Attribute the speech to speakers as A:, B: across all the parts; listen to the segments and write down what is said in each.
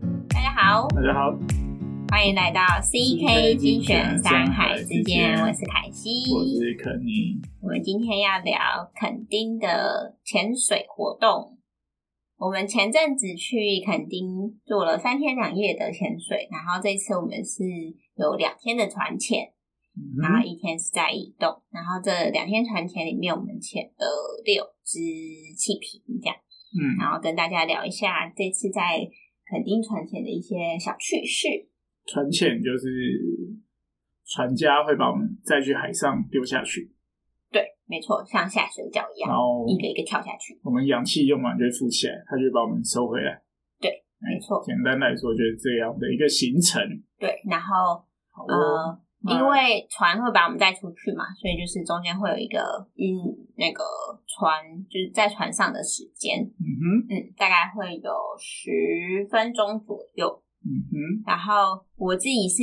A: 好，
B: 大家好，
A: 欢迎来到 CK 精选山海之间，我是凯西。
B: 我是肯尼。
A: 我们今天要聊垦丁的潜水活动。我们前阵子去垦丁做了三天两夜的潜水，然后这次我们是有两天的船潜，
B: 嗯
A: 然后
B: 哼
A: 一天是在移动，然后这两天船潜里面我们潜了六只气瓶这样。
B: 嗯，
A: 然后跟大家聊一下这次在垦丁船前的一些小趣事。
B: 船潜就是船家会把我们再去海上丢下去，
A: 对，没错，像下水饺一
B: 然
A: 样，
B: 后
A: 一个一个跳下去。
B: 我们氧气用完就会浮起来，它就会把我们收回来。
A: 对，没错
B: 简单来说就是这样的一个行程。
A: 对，然后
B: 好哦，
A: 呃，因为船会把我们带出去嘛，所以就是中间会有一个晕那个船，就是在船上的时间，
B: 嗯哼，
A: 嗯，大概会有十分钟左右。
B: 嗯哼，
A: 然后我自己是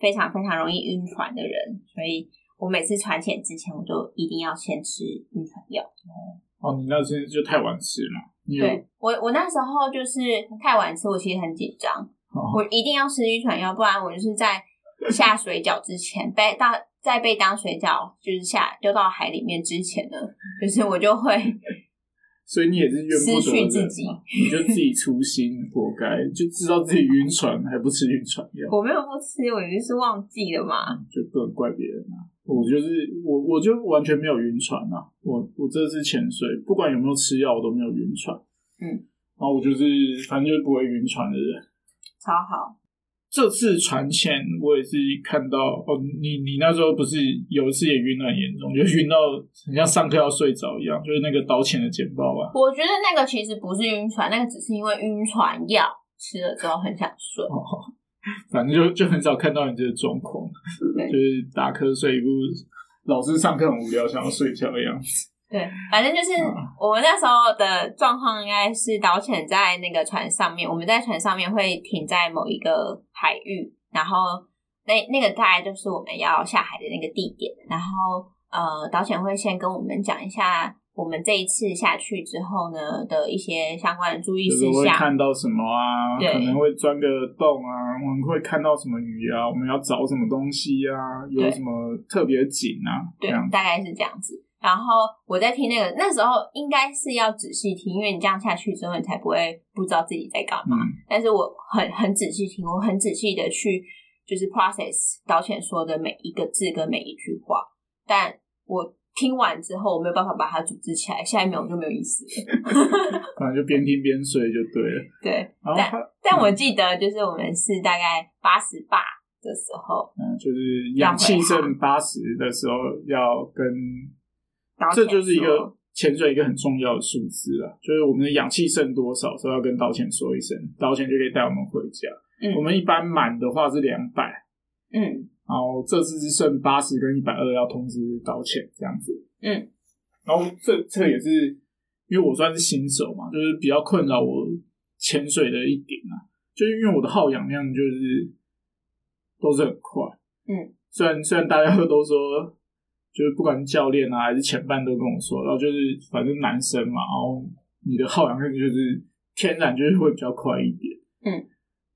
A: 非常非常容易晕船的人，所以我每次船潜之前，我都一定要先吃晕船药。
B: 哦，你那次就太晚吃了，你有
A: 对我，我那时候就是太晚吃，我其实很紧张，
B: 哦
A: 我一定要吃晕船药，不然我就是在下水饺之前被到在被当水饺就是下丢到海里面之前呢，就是我就会
B: 所以你也是怨不
A: 失
B: 得
A: 去
B: 人
A: 自己
B: 嘛，你就自己粗心，活该，就知道自己晕船还不吃晕船药。
A: 我没有不吃，我就是忘记了嘛。
B: 就不能怪别人啊。我就是我，我就完全没有晕船啊。我我这次潜水，不管有没有吃药，我都没有晕船。
A: 嗯
B: 然后我就是反正就是不会晕船的人。
A: 超好，
B: 这次船潜我也是看到哦，你你那时候不是有一次也晕得很严重，就晕到很像上课要睡着一样，就是那个导潜的简报啊。
A: 我觉得那个其实不是晕船，那个只是因为晕船药吃了之后很想睡。
B: 哦，反正就就很少看到你这个状况，
A: 对
B: 就是打瞌睡一副老师上课很无聊，想要睡觉的样子。
A: 对，反正就是
B: 嗯
A: 我们那时候的状况，应该是导潜在那个船上面，我们在船上面会停在某一个海域，然后那那个大概就是我们要下海的那个地点，然后呃，导潜会先跟我们讲一下我们这一次下去之后呢的一些相关的注意
B: 就是
A: 事
B: 会
A: 项，
B: 看到什么啊，
A: 对
B: 可能会钻个洞啊，我们会看到什么鱼啊，我们要找什么东西啊，有
A: 对
B: 什么特别景啊，这
A: 对
B: 样，
A: 大概是这样子。然后我在听那个，那时候应该是要仔细听，因为你这样下去之后，你才不会不知道自己在干嘛。
B: 嗯，
A: 但是我很很仔细听，我很仔细的去就是 process 导浅说的每一个字跟每一句话，但我听完之后，我没有办法把它组织起来，下一秒我就没有意思了。
B: 反正就边听边睡就对了。
A: 对，
B: 然后它，
A: 但
B: 嗯
A: 我记得就是我们是大概八十八的时候，
B: 嗯，就是氧气剩八十的时候要跟，
A: 导潜
B: 这就是一个
A: 说
B: 潜水一个很重要的数字了，就是我们的氧气剩多少，时候要跟导潜说一声，导潜就可以带我们回家。
A: 嗯
B: 我们一般满的话是两百，
A: 嗯
B: 然后这次是剩八十跟一百二要通知导潜这样子。
A: 嗯，
B: 然后这这也是因为我算是新手嘛，就是比较困扰我潜水的一点啊，就是因为我的耗氧量就是都是很快。
A: 嗯，
B: 虽然虽然大家都说，就是不管是教练啊还是前伴都跟我说，然后就是反正男生嘛，然后你的耗氧量就是天然就是会比较快一点。
A: 嗯，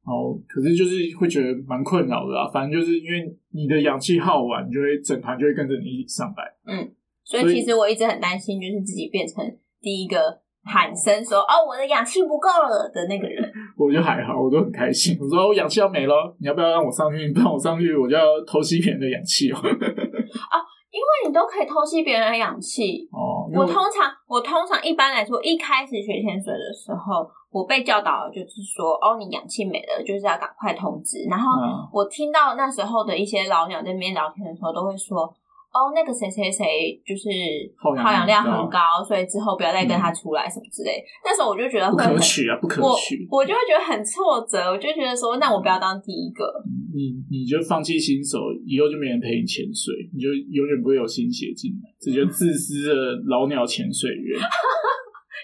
B: 然后可是就是会觉得蛮困扰的啊，反正就是因为你的氧气耗完，你就会整团就会跟着你一起上来。
A: 所
B: 所
A: 以
B: 以
A: 其实我一直很担心，就是自己变成第一个喊声说哦我的氧气不够了的那个人。
B: 我就还好，我都很开心。我说我哦氧气要没了，你要不要让我上去？你 不让我上去，我就要偷吸别人的氧气 哦。
A: 那你都可以偷吸别人的氧气，
B: 哦，因为
A: 我通常，我通常一般来说，一开始学潜水的时候，我被教导的就是说，哦，你氧气没了，就是要赶快通知。然后
B: 啊，
A: 我听到那时候的一些老鸟在那边聊天的时候，都会说，哦，那个谁谁谁就是
B: 耗氧
A: 耗氧量
B: 很高嗯
A: 很高，所以之后不要再跟他出来什么之类的。那时候我就觉得
B: 不
A: 会很
B: 可，取啊，不可
A: 我
B: 取。
A: 我就会觉得很挫折，我就觉得说，那我不要当第一个。
B: 你你就放弃新手，以后就没人陪你潜水，你就永远不会有新血进来，这就自私的老鸟潜水 员。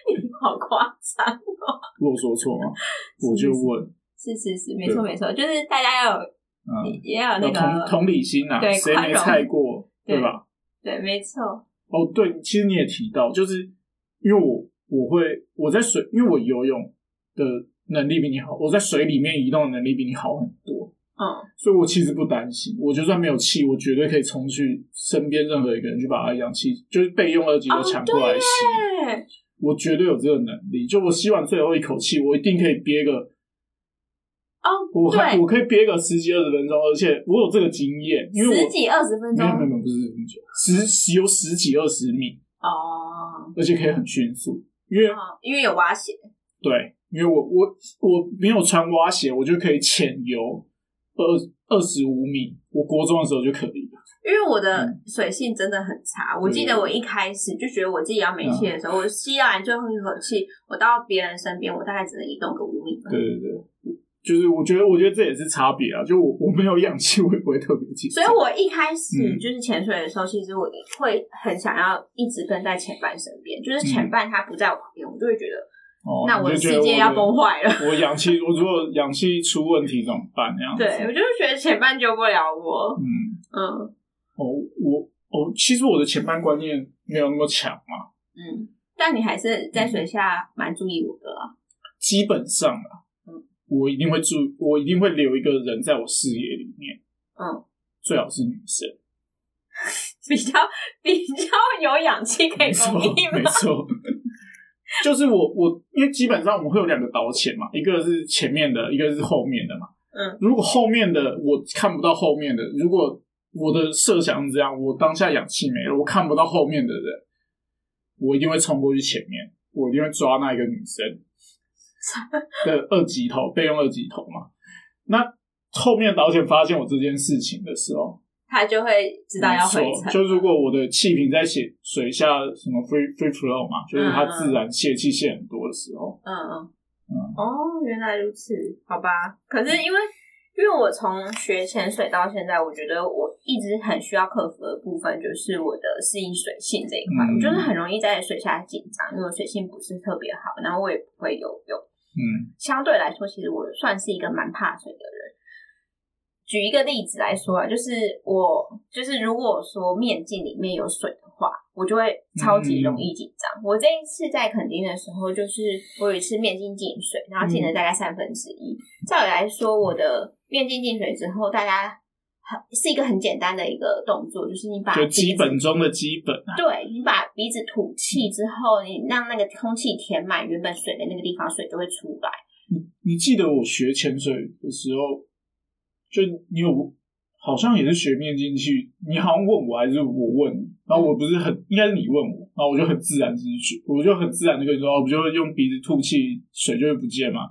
A: 你好夸张，
B: 我有说错吗？
A: 是
B: 我就问，
A: 是是是，没错
B: 对
A: 没错，就是大家要有
B: 嗯，
A: 也要有那
B: 有同
A: 个
B: 同理心啊，
A: 对
B: 谁
A: 宽
B: 没
A: 容
B: 菜过，对
A: 对
B: 吧？
A: 对，没错。
B: 哦，对，其实你也提到，就是因为我我会我在水，因为我游泳的能力比你好，我在水里面移动的能力比你好很多，
A: 嗯，
B: 所以我其实不担心。我就算没有气，我绝对可以冲去身边任何一个人去把他氧气，就是备用二级都抢过来吸。
A: 哦对，
B: 我绝对有这个能力。就我吸完最后一口气，我一定可以憋个，
A: 哦，
B: 我还
A: 对，
B: 我可以憋个十几二十分钟，而且我有这个经验，因为我
A: 十几二十分
B: 没
A: 钟
B: 有，没有没有不是很久，十十有十几二十米，
A: 哦，
B: 而且可以很迅速，因为
A: 哦因为有挖鞋，
B: 对，因为我我我没有穿蛙鞋，我就可以潜游二二十五米，我国中的时候就可以了。
A: 因为我
B: 嗯
A: 的水性真的很差，我记得我一开始就觉得我自己要
B: 嗯
A: 没气的时候，我吸完最后一口气，我到别人身边，我大概只能移动个五米吧。
B: 对对对。就是我觉得，我觉得这也是差别啊。就我我没有氧气，我也不会特别紧
A: 所
B: 张。
A: 以我一开始
B: 嗯
A: 就是潜水的时候，其实我会很想要一直跟在前半身边，就是
B: 嗯
A: 前半他不在我旁边，我就会觉得
B: 哦、
A: 那我的
B: 你就觉
A: 世
B: 得
A: 界要崩坏了。
B: 我氧气，我如果氧气出问题怎么办？那样子。
A: 对，我就是觉得前半救不了我。
B: 嗯，
A: 嗯
B: 哦，我哦，其实我的前半观念没有那么强啊嘛，
A: 嗯，但你还是在水下蛮注意我的啊。
B: 基本上啊，
A: 嗯
B: 我一定会注，我一定会留一个人在我视野里面，
A: 嗯，
B: 最好是女生。
A: 比较比较有氧气可
B: 没
A: 以
B: 错
A: 供应，
B: 没
A: 嘛。
B: 错。就是我我，因为基本上我们会有两个导潜嘛，一个是前面的，一个是后面的嘛。
A: 嗯，
B: 如果后面的我看不到后面的，如果我的设想是这样，我当下氧气没了，我看不到后面的人，我一定会冲过去前面，我一定会抓那一个女 生的二级头，备用二级头嘛。那后面导潜发现我这件事情的时候，
A: 他就会知道要回
B: 没错
A: 程。
B: 就如果我的气瓶在水水下什么 free free flow 嘛，就是它自然泄气泄很多的时候，
A: 嗯嗯
B: 嗯，
A: 哦，原来如此，好吧。可是因为因为我从学潜水到现在，我觉得我一直很需要克服的部分就是我的适应水性这一块，
B: 嗯
A: 我就是很容易在水下紧张，因为我水性不是特别好，然后我也不会游泳。
B: 嗯
A: 相对来说，其实我算是一个蛮怕水的人。举一个例子来说啊，就是我就是如果说面镜里面有水的话，我就会
B: 嗯
A: 超级容易紧张。我这一次在垦丁的时候，就是我有一次面镜进水，然后进了
B: 嗯
A: 大概三分之一。照理来说，我的面镜进水之后，大家很是一个很简单的一个动作，就是你把
B: 就
A: 鼻子
B: 基本中的基本啊，
A: 对你把鼻子吐气之后，你让那个空气填满原本水的那个地方，水就会出来。
B: 你记得我学潜水的时候，就你有好像也是学面进去，你好像问我还是我问你，然后我不是很应该是你问我，然后我就很自然之举，我就很自然的跟你说，哦不就用鼻子吐气，水就会不见嘛，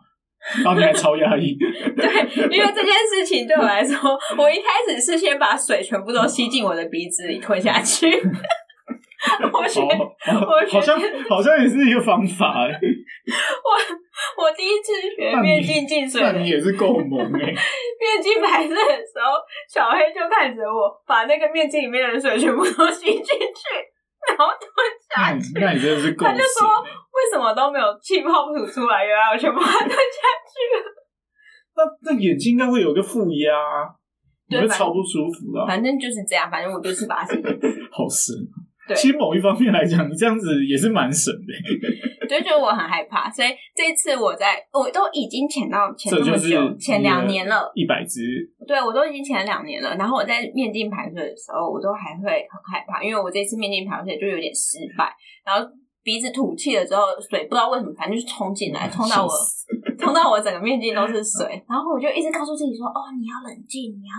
B: 然后你还超 压抑，
A: 因为这件事情对我来说，我一开始是先把水全部都吸进我的鼻子里吞下去。我学
B: 哦，
A: 我
B: 好像好像也是一个方法、欸，
A: 我第一次学
B: 那你
A: 面镜进水的
B: 那你也是够 猛哎、
A: 面镜白色的时候，小黑就看着我把那个面镜里面的水全部都吸进去，然后吞
B: 那
A: 下
B: 你
A: 去。
B: 那你真的是够
A: 他就
B: 神
A: 说为什么都没有气泡吐出来？原来我全部把它吞 下去了。
B: 那那眼睛应该会有一个负压啊，你
A: 对
B: 会
A: 反
B: 超不舒服的啊、
A: 反正就是这样，反正我就是把它吸进去。
B: 好神。
A: 对
B: 其实某一方面来讲，你这样子也是蛮神的、欸
A: 就觉得我很害怕，所以这次我在我都已经潜到潜那么
B: 这就是你
A: 久，
B: 的
A: 潜两年了，
B: 一百只，
A: 对我都已经潜了两年了。然后我在面镜排水的时候，我都还会很害怕，因为我这次面镜排水就有点失败，然后鼻子吐气了之后，水不知道为什么，反正就是冲进来，冲到我
B: 笑死
A: 冲到我整个面镜都是水，然后我就一直告诉自己说：“哦，你要冷静，你要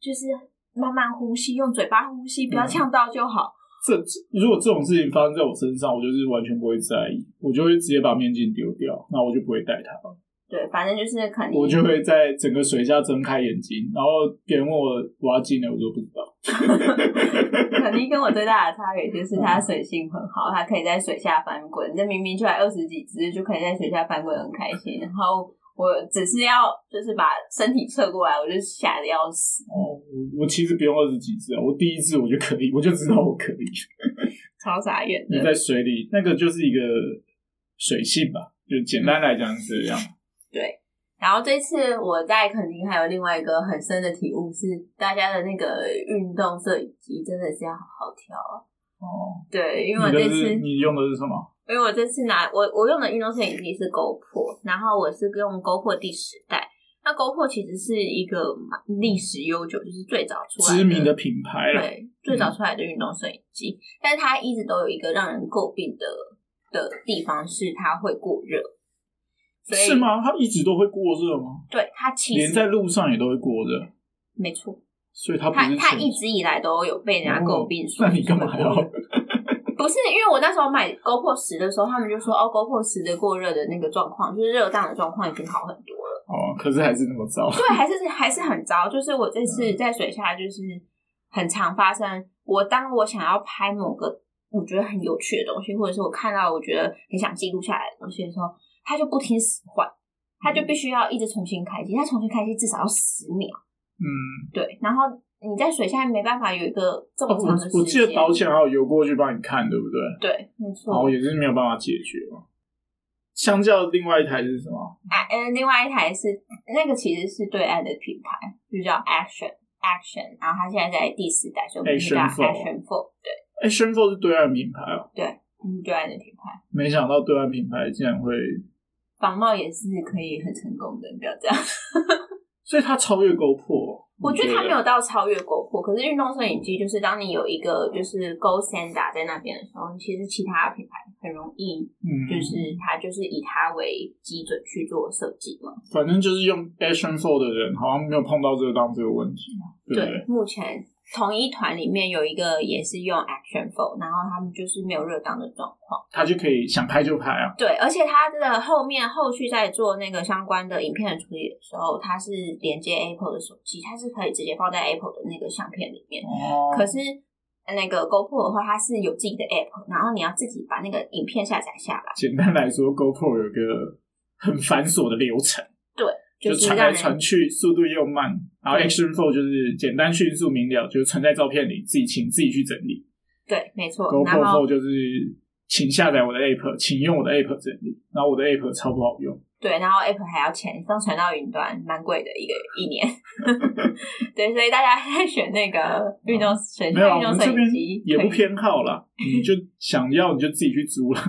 A: 就是慢慢呼吸，用嘴巴呼吸，不要呛到就好。
B: 这这如果这种事情发生在我身上，我就是完全不会在意，我就会直接把面镜丢掉，那我就不会戴它。
A: 对，反正就是肯定
B: 我就会在整个水下睁开眼睛，然后别人问我我要进来，我说不知道。
A: 肯定跟我最大的差别就是它水性很好，它可以在水下翻滚。这明明就才二十几只，就可以在水下翻滚，很开心。然后我只是要就是把身体侧过来，我就吓得要死，
B: 哦，我我其实不用二十几只啊，我第一只我就可以，我就知道我可以。
A: 超傻眼
B: 你
A: 的。
B: 在水里，那个就是一个水性吧，就简单来讲是这样。
A: 然后这次我在垦丁还有另外一个很深的体悟是，大家的那个运动摄影机真的是要好好挑啊。
B: 哦，
A: 对，因为我
B: 你的
A: 这
B: 是
A: 次
B: 你用的是什么？
A: 因为我这次拿我我用的运动摄影机是 GoPro，然后我是用 GoPro 第十代。那 GoPro 其实是一个蛮历史悠久，就是最早出来
B: 知名的品牌了。
A: 对最早出来的运动摄影机，但是它一直都有一个让人诟病的的地方是它会过热，所以
B: 是？吗？它一直都会过热吗？
A: 对它其
B: 连
A: 实
B: 在路上也都会过热，
A: 没错，
B: 所以它不
A: 它
B: 是
A: 它
B: 全
A: 一直以来都有被人家诟病说、
B: 哦那你干嘛还要？
A: 不是，因为我那时候买 GoPro 十的时候，他们就说哦，GoPro 十的过热的那个状况，就是热胀的状况已经好很多了。
B: 哦，可是还是那么糟。
A: 对，还是还是很糟。就是我这
B: 嗯
A: 次在水下，就是很常发生。我当我想要拍某个我觉得很有趣的东西，或者是我看到我觉得很想记录下来的东西的时候，它就不听使唤，它就必须要一直重新开机。它重新开机至少要十秒，
B: 嗯，
A: 对。然后你在水下没办法有一个这
B: 哦
A: 么长的时间。
B: 我我记得导潜还有游过去帮你看，对不对？
A: 对，没错。
B: 然后也是没有办法解决嘛。相较另外一台是什么？
A: 啊，呃，另外一台是那个其实是对岸的品牌，就叫 Action Action，然后它现在在第四代，所以我们就叫
B: Action Four
A: Action Four，对，
B: 哎 s h e n f o 是对岸品牌哦，
A: 嗯，对岸的品牌，
B: 没想到对岸品牌竟然会，
A: 仿冒也是可以很成功的，不要这样。。
B: 所以它超越 GoPro
A: 我觉得它没
B: 有，
A: 有到超越 GoPro，可是运动摄影机就是当你有一个就是 Go Senda 在那边的时候，其实其他的品牌很容易
B: 嗯，
A: 就是它就是以它为基准去做设计嘛。
B: 反正就是用 Action f o r 的人好像没有碰到热当这个问题嘛，对不对？
A: 对，目前同一团里面有一个也是用 Action Four，然后他们就是没有热档的状况。
B: 他就可以想拍就拍啊。
A: 对，而且它的后面后续在做那个相关的影片的处理的时候，它是连接 Apple 的手机，它是可以直接放在 Apple 的那个相片里面。
B: 哦，
A: 可是那个 GoPro 的话，它是有自己的 App，然后你要自己把那个影片下载下来，
B: 简单来说，GoPro 有个很繁琐的流程，就是传
A: 让
B: 来
A: 人
B: 传去，速度又慢。然后
A: 对
B: Action f o r 就是简单、迅速、明了，就是存在照片里，自己请自己去整理。
A: 对，没错。哦然
B: GoPro
A: 后
B: Pro 就是请下载我的 App，请用我的 App 整理，然后我的 App 超不好用。
A: 对，然后 App 还要钱，上传到云端，蛮贵的一个一年。 对，所以大家在选那个运动选
B: 没有
A: 运
B: 啊，我
A: 动
B: 们
A: 摄
B: 这边
A: 影机，
B: 也
A: 可
B: 不
A: 以
B: 偏好 啦，你就想要你就自己去租啦，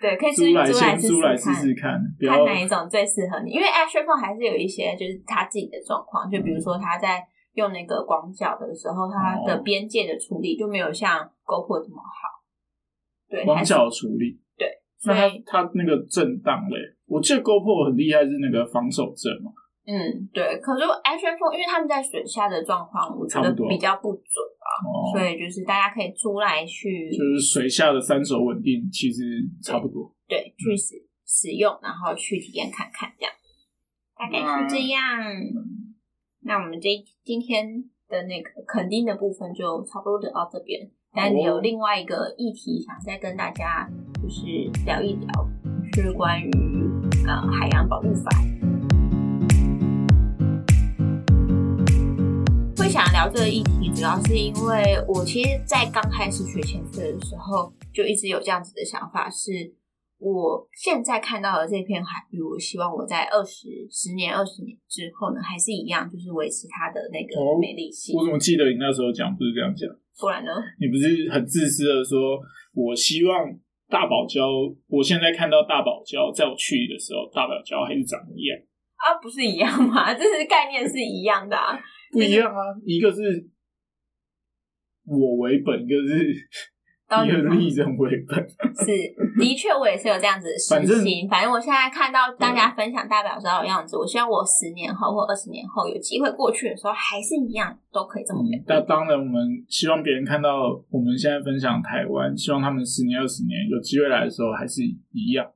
A: 对，可以
B: 租来
A: 租来
B: 先
A: 试
B: 租来
A: 试
B: 试
A: 看
B: 试看，不要
A: 看哪一种最适合你，因为 Action Phone 还是有一些就是他自己的状况，就比
B: 嗯
A: 如说他在用那个广角的时候，它
B: 哦
A: 的边界的处理就没有像 GoPro 这么好。对，
B: 广
A: 还是
B: 角处理。
A: 所
B: 那它
A: 以
B: 它那个震荡嘞，我记得 GoPro 很厉害是那个防守震嘛，
A: 嗯，对。可是 Action Phone 因为他们在水下的状况，我觉
B: 差
A: 得
B: 不多
A: 比较不准，
B: 哦，
A: 所以就是大家可以出来去
B: 就是水下的三手稳定其实差不多。
A: 对去使使用，然后去体验看看这样，大概是这样。那我们这一今天的那个肯定的部分就差不多聊到这边，但有另外一个议题想再跟大家就是聊一聊，是关于呃海洋保育法。会想聊这个议题，主要是因为我其实，在刚开始学潜水的时候，就一直有这样子的想法是我现在看到的这片海域，我希望我在二十十年、二十年之后呢，还是一样，就是维持它的那
B: 哦
A: 个美丽性
B: 我。怎么记得你那时候讲不是这样讲？
A: 不然呢？啊
B: 你不是很自私的说，我希望大堡礁，我现在看到大堡礁，在我去的时候，大堡礁还是长一样，
A: 啊，不是一样吗？ 这是概念是一样的啊。
B: 不一样啊，一个是我为本，一个是
A: 到
B: 一
A: 底
B: 个
A: 吗
B: 是利人为本，
A: 是，的确我也是有这样子的
B: 嗯反正
A: 事情。反正我现在看到大家分享大表礁的样子，我希望我十年后或二十年后有机会过去的时候，还是一样都可以这么美
B: 嗯。那、当然，我们希望别人看到我们现在分享台湾，希望他们十年、二十年有机会来的时候还是一样。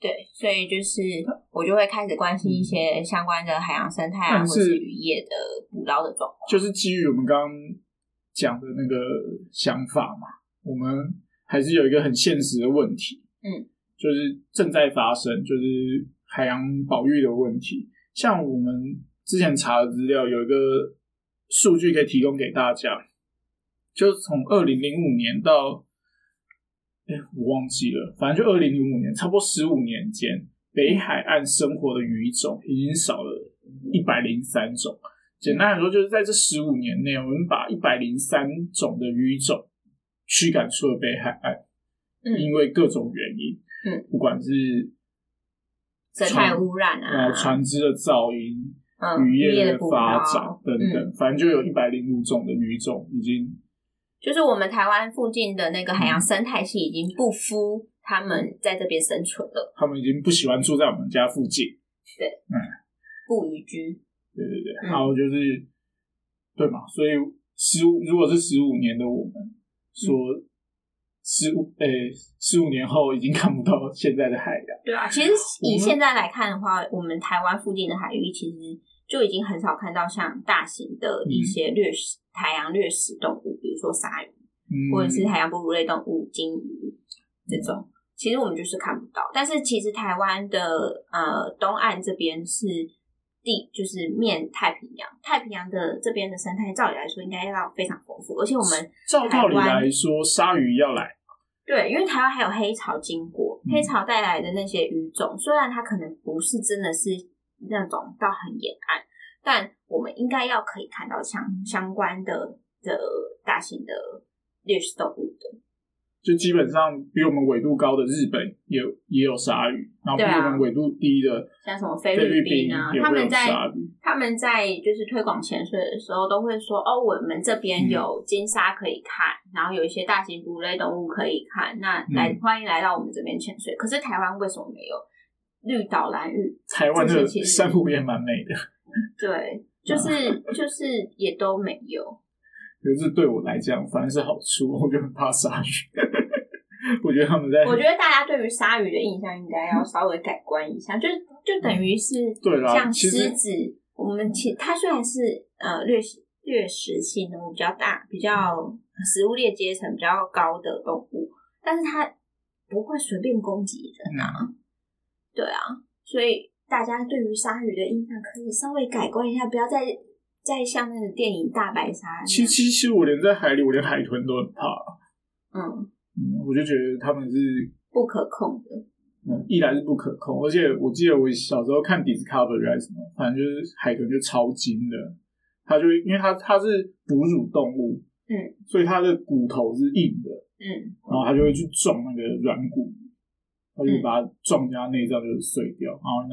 A: 对，所以就是我就会开始关心一些相关的海洋生态啊，
B: 嗯但
A: 或
B: 是
A: 者是渔业的捕捞的状况。
B: 就是基于我们刚刚讲的那个想法嘛，我们还是有一个很现实的问题，
A: 嗯，
B: 就是正在发生，就是海洋保育的问题。像我们之前查的资料，有一个数据可以提供给大家，就是从二零零五年到，哎，我忘记了，反正就二零零五年，差不多十五年间，北海岸生活的鱼种已经少了一百零三种。简单来说，就是在这十五年内，我们把一百零三种的鱼种驱赶出了北海岸，
A: 嗯
B: 因为各种原因，
A: 嗯，
B: 不管是
A: 生态污染啊，
B: 呃船只的噪音、
A: 嗯，
B: 渔
A: 业
B: 业
A: 的捕
B: 发
A: 捞，嗯
B: 展等等，反正就有一百零五种的鱼种已经
A: 就是我们台湾附近的那个海
B: 嗯
A: 洋生态系已经不敷他们在这边生存了，
B: 他们已经不喜欢住在我们家附近。
A: 不宜居。
B: 对对对，
A: 嗯
B: 还有就是，对嘛？所以十五如果是十五年的我
A: 嗯
B: 们说十五诶十五年后已经看不到现在的海洋，
A: 对啊，其实
B: 嗯我
A: 以
B: 们
A: 现在来看的话，我们台湾附近的海域其实就已经很少看到像大型的
B: 嗯
A: 一些掠食、海洋掠食动物，比如说鲨鱼，
B: 嗯，
A: 或者是海洋哺乳类动物金鱼这种。其实我们就是看不到，但是其实台湾的呃东岸这边是地，就是面太平洋，太平洋的这边的生态，照理来说应该要非常丰富，而且我们
B: 照道
A: 台
B: 理
A: 湾
B: 来说，鲨鱼要来，
A: 对，因为台湾还有黑潮经过，
B: 嗯
A: 黑潮带来的那些鱼种，虽然它可能不是真的是那种到很沿岸，但我们应该要可以看到相
B: 嗯
A: 相关的的大型的掠食动物的。
B: 就基本上比我们纬度高的日本也有也有鲨鱼，然后比
A: 对啊
B: 我们纬度低的
A: 像什么菲
B: 菲
A: 律
B: 律
A: 宾啊，
B: 也
A: 他
B: 会
A: 们
B: 有
A: 在
B: 鲨鱼。
A: 他们在就是推广潜水的时候，都会说哦，我们这
B: 嗯
A: 边有金鲨可以看，然后有一些大型哺乳类动物可以看，那来、
B: 嗯
A: 欢迎来到我们这边潜水。可是台湾为什么没有？绿岛、蓝屿
B: 台湾的
A: 这些其实
B: 珊瑚也蛮美的，
A: 对，
B: 啊
A: 就是就是也都没有。
B: 可是对我来讲反而是好处，我就很怕鲨鱼。 我觉得他们 在
A: 我觉得大家对于鲨鱼的印象应该要稍微改观一下，就就等于是
B: 嗯对啦
A: 像
B: 其实
A: 狮子，我们其它虽然是呃掠食掠食性动物比较大，比较
B: 嗯
A: 食物链阶层比较高的动物，但是它不会随便攻击人啊。
B: 嗯
A: 对啊，所以大家对于鲨鱼的印象可以稍微改观一下，不要再再像那个电影《大白鲨》那样。
B: 其其其实我连在海里，我连海豚都很怕。
A: 嗯，
B: 嗯，我就觉得他们是，
A: 不可控的。
B: 嗯，一来是不可控，而且我记得我小时候看 Discovery 还是什么，反正就是海豚就超精的，它就因为它它是哺乳动物，
A: 嗯，
B: 所以它的骨头是硬的，
A: 嗯，
B: 然后它就会去撞那个软骨，它就
A: 嗯
B: 把它撞进它内脏就碎掉，然后那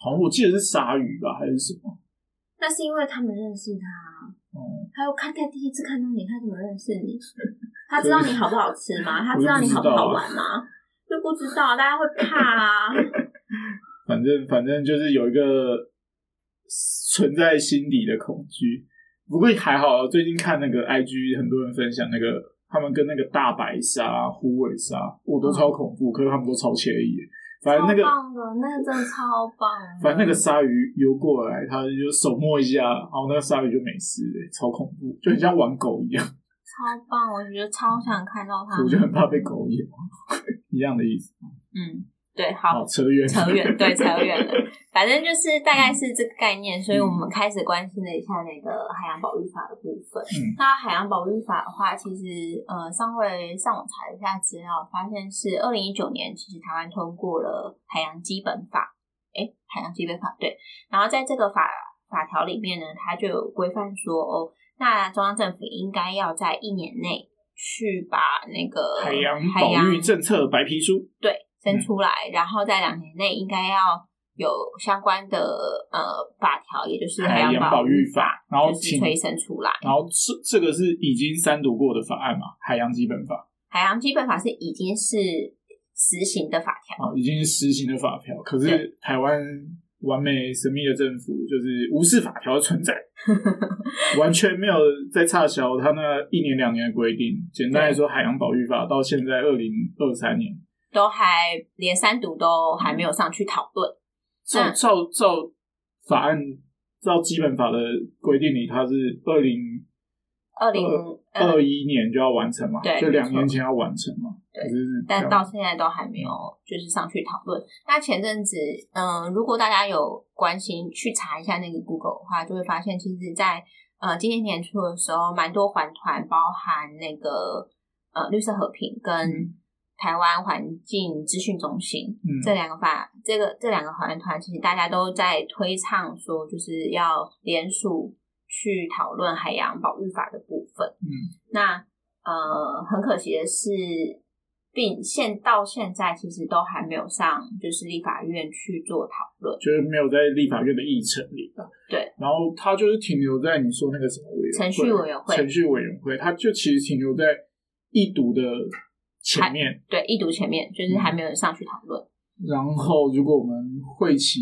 B: 好像我记得是鲨鱼吧还是什么，
A: 那是因为他们认识他，
B: 哦、
A: 还有看他第一次看到你，他怎么认识你？他知道你好不好吃 吗？他知道你好好
B: 啊
A: 玩吗？就不知道，大家会怕啊。
B: 反正反正就是有一个存在心底的恐惧。不过还好，最近看那个 IG 很多人分享那个他们跟那个大白鲨、虎尾鲨，我都超恐怖，可是他们都超惬意。 反正那个
A: 嗯超棒的，那个真的超棒的。
B: 反正那个鲨鱼游过来，它就手摸一下，然后那个鲨鱼就没事了，超恐怖，就很像玩狗一样。
A: 超棒，我觉得超想看到他
B: 我。就很怕被狗咬， 一样的意思。
A: 嗯，对，
B: 好，
A: 好，
B: 扯远了，
A: 扯远， 对，扯远了。反正就是大概是这个概念，
B: 嗯
A: 所以我们开始关心了一下那个海洋保育法的部分。
B: 嗯
A: 那海洋保育法的话，其实呃，上回上网查了一下资料，发现是二零一九年，其实台湾通过了海洋基本法，诶，海洋基本法对。然后在这个法法条里面呢，它就有规范说，哦，那中央政府应该要在一年内去把那个
B: 海洋保育政策白皮书，
A: 对，
B: 嗯
A: 生出来，然后在两年内应该要有相关的呃法条，也就是海
B: 海洋
A: 啊保
B: 保育法，然后
A: 就是
B: 请哦
A: 催生出来。
B: 然后这这个是已经三读过的法案嘛，《海洋基本法
A: 海洋基本法是已经是实行的法条，》
B: 啊，已经实行的法条。可是
A: 对
B: 台湾完美神秘的政府就是无视法条的 存在，完全没有在差小它那一年两年的规定。简单来说，《海洋保育法》到现在二零二三年，
A: 都还连三读都还没有上去讨论。
B: 照
A: 嗯
B: 照照法案照基本法的规定里，它是二零
A: 二零
B: 嗯
A: 呃，
B: 二一年就要完成嘛，
A: 对
B: 就两
A: 没错
B: 年前要完成嘛。
A: 对
B: 可嗯是哦这
A: 但
B: 样
A: 到现在都还没有就是上去讨论。那前阵子，嗯、如果大家有关心去查一下那个 Google 的话，就会发现其实在，呃今年年初的时候，蛮多环团，包含那个呃绿色和平跟
B: 嗯
A: 台湾环境资讯中心、
B: 嗯
A: 这两个法，这个这两个环团，其实大家都在推倡说，就是要联署去讨论海洋保育法的部分。
B: 嗯
A: 那呃，很可惜的是，并现到现在其实都还没有上就是立法院去做讨论。
B: 就是没有在立法院的议程里吧。
A: 对。
B: 然后它就是停留在你说那个什么委员会
A: 程序委员会
B: 程序委员会，它就其实停留在一读的前面。
A: 对，一读前面就是还没有人上去讨论，
B: 然后，如果我们会期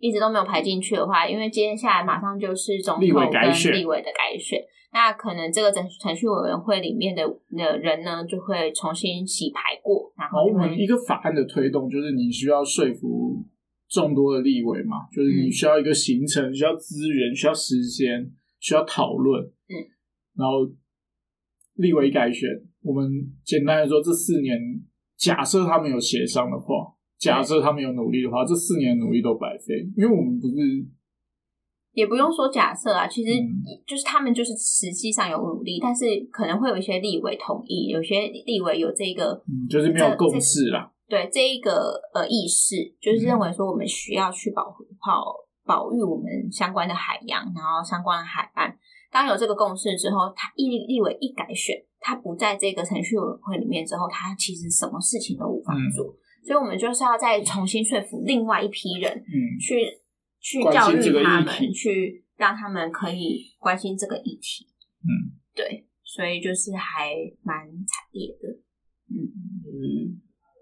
A: 一直都没有排进去的话，因为接下来马上就是总
B: 立
A: 统
B: 委
A: 跟
B: 改选
A: 立委的改选，那可能这个程程序委员会里面的的人呢就会重新洗牌过，然
B: 然后
A: 后
B: 我
A: 就会
B: 们一个法案的推动，就是你需要说服众多的立委嘛，就是你需要一个行程，需要资源，需要时间，需要讨论。
A: 嗯，
B: 然后立委改选，我们简单来说，这四年假设他们有协商的话，假设他们有努力的话，这四年的努力都白费，因为我们不是
A: 也不用说假设啊，其实
B: 嗯
A: 就是他们就是实际上有努力，但是可能会有一些立委同意，有些立委有这个
B: 嗯，就是没有
A: 这
B: 共识啦。
A: 对这一个呃意识，就是认为说我们需要去保护保保育我们相关的海洋，然后相关的海岸。当有这个共识之后，他一立委一改选，他不在这个程序委员会里面之后，他其实什么事情都无法
B: 嗯
A: 做。所以我们就是要再重新说服另外一批人，
B: 嗯，
A: 去去
B: 关
A: 教
B: 心这个
A: 育他
B: 议
A: 们，
B: 题
A: 去让他们可以关心这个议题。
B: 嗯，
A: 对，所以就是还蛮惨烈的。嗯
B: 就是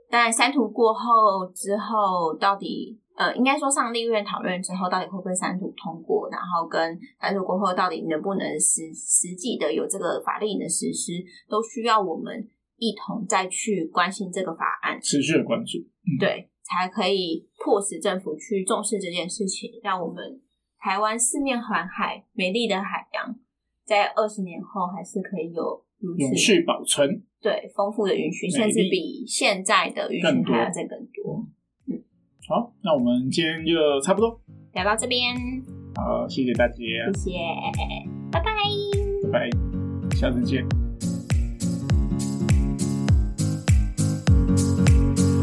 A: 但三图过后之后，到底呃，应该说上立院讨论之后，到底会不会三图通过？然后跟三图过后，到底能不能实实际的有这个法令的实施，都需要我们一同再去关心这个法案。
B: 持续的关注。嗯，
A: 对，才可以迫使政府去重视这件事情，让我们台湾四面环海、美丽的海洋，在二十年后还是可以有如
B: 永
A: 此
B: 续保存。
A: 对丰富的允许，
B: 美
A: 甚至
B: 丽
A: 比现在的允
B: 更
A: 许
B: 多
A: 还要再更多。
B: 好，那我们今天就差不多。
A: 聊到这边，
B: 好，谢谢大家，
A: 谢谢，拜拜。
B: 拜拜，下次见。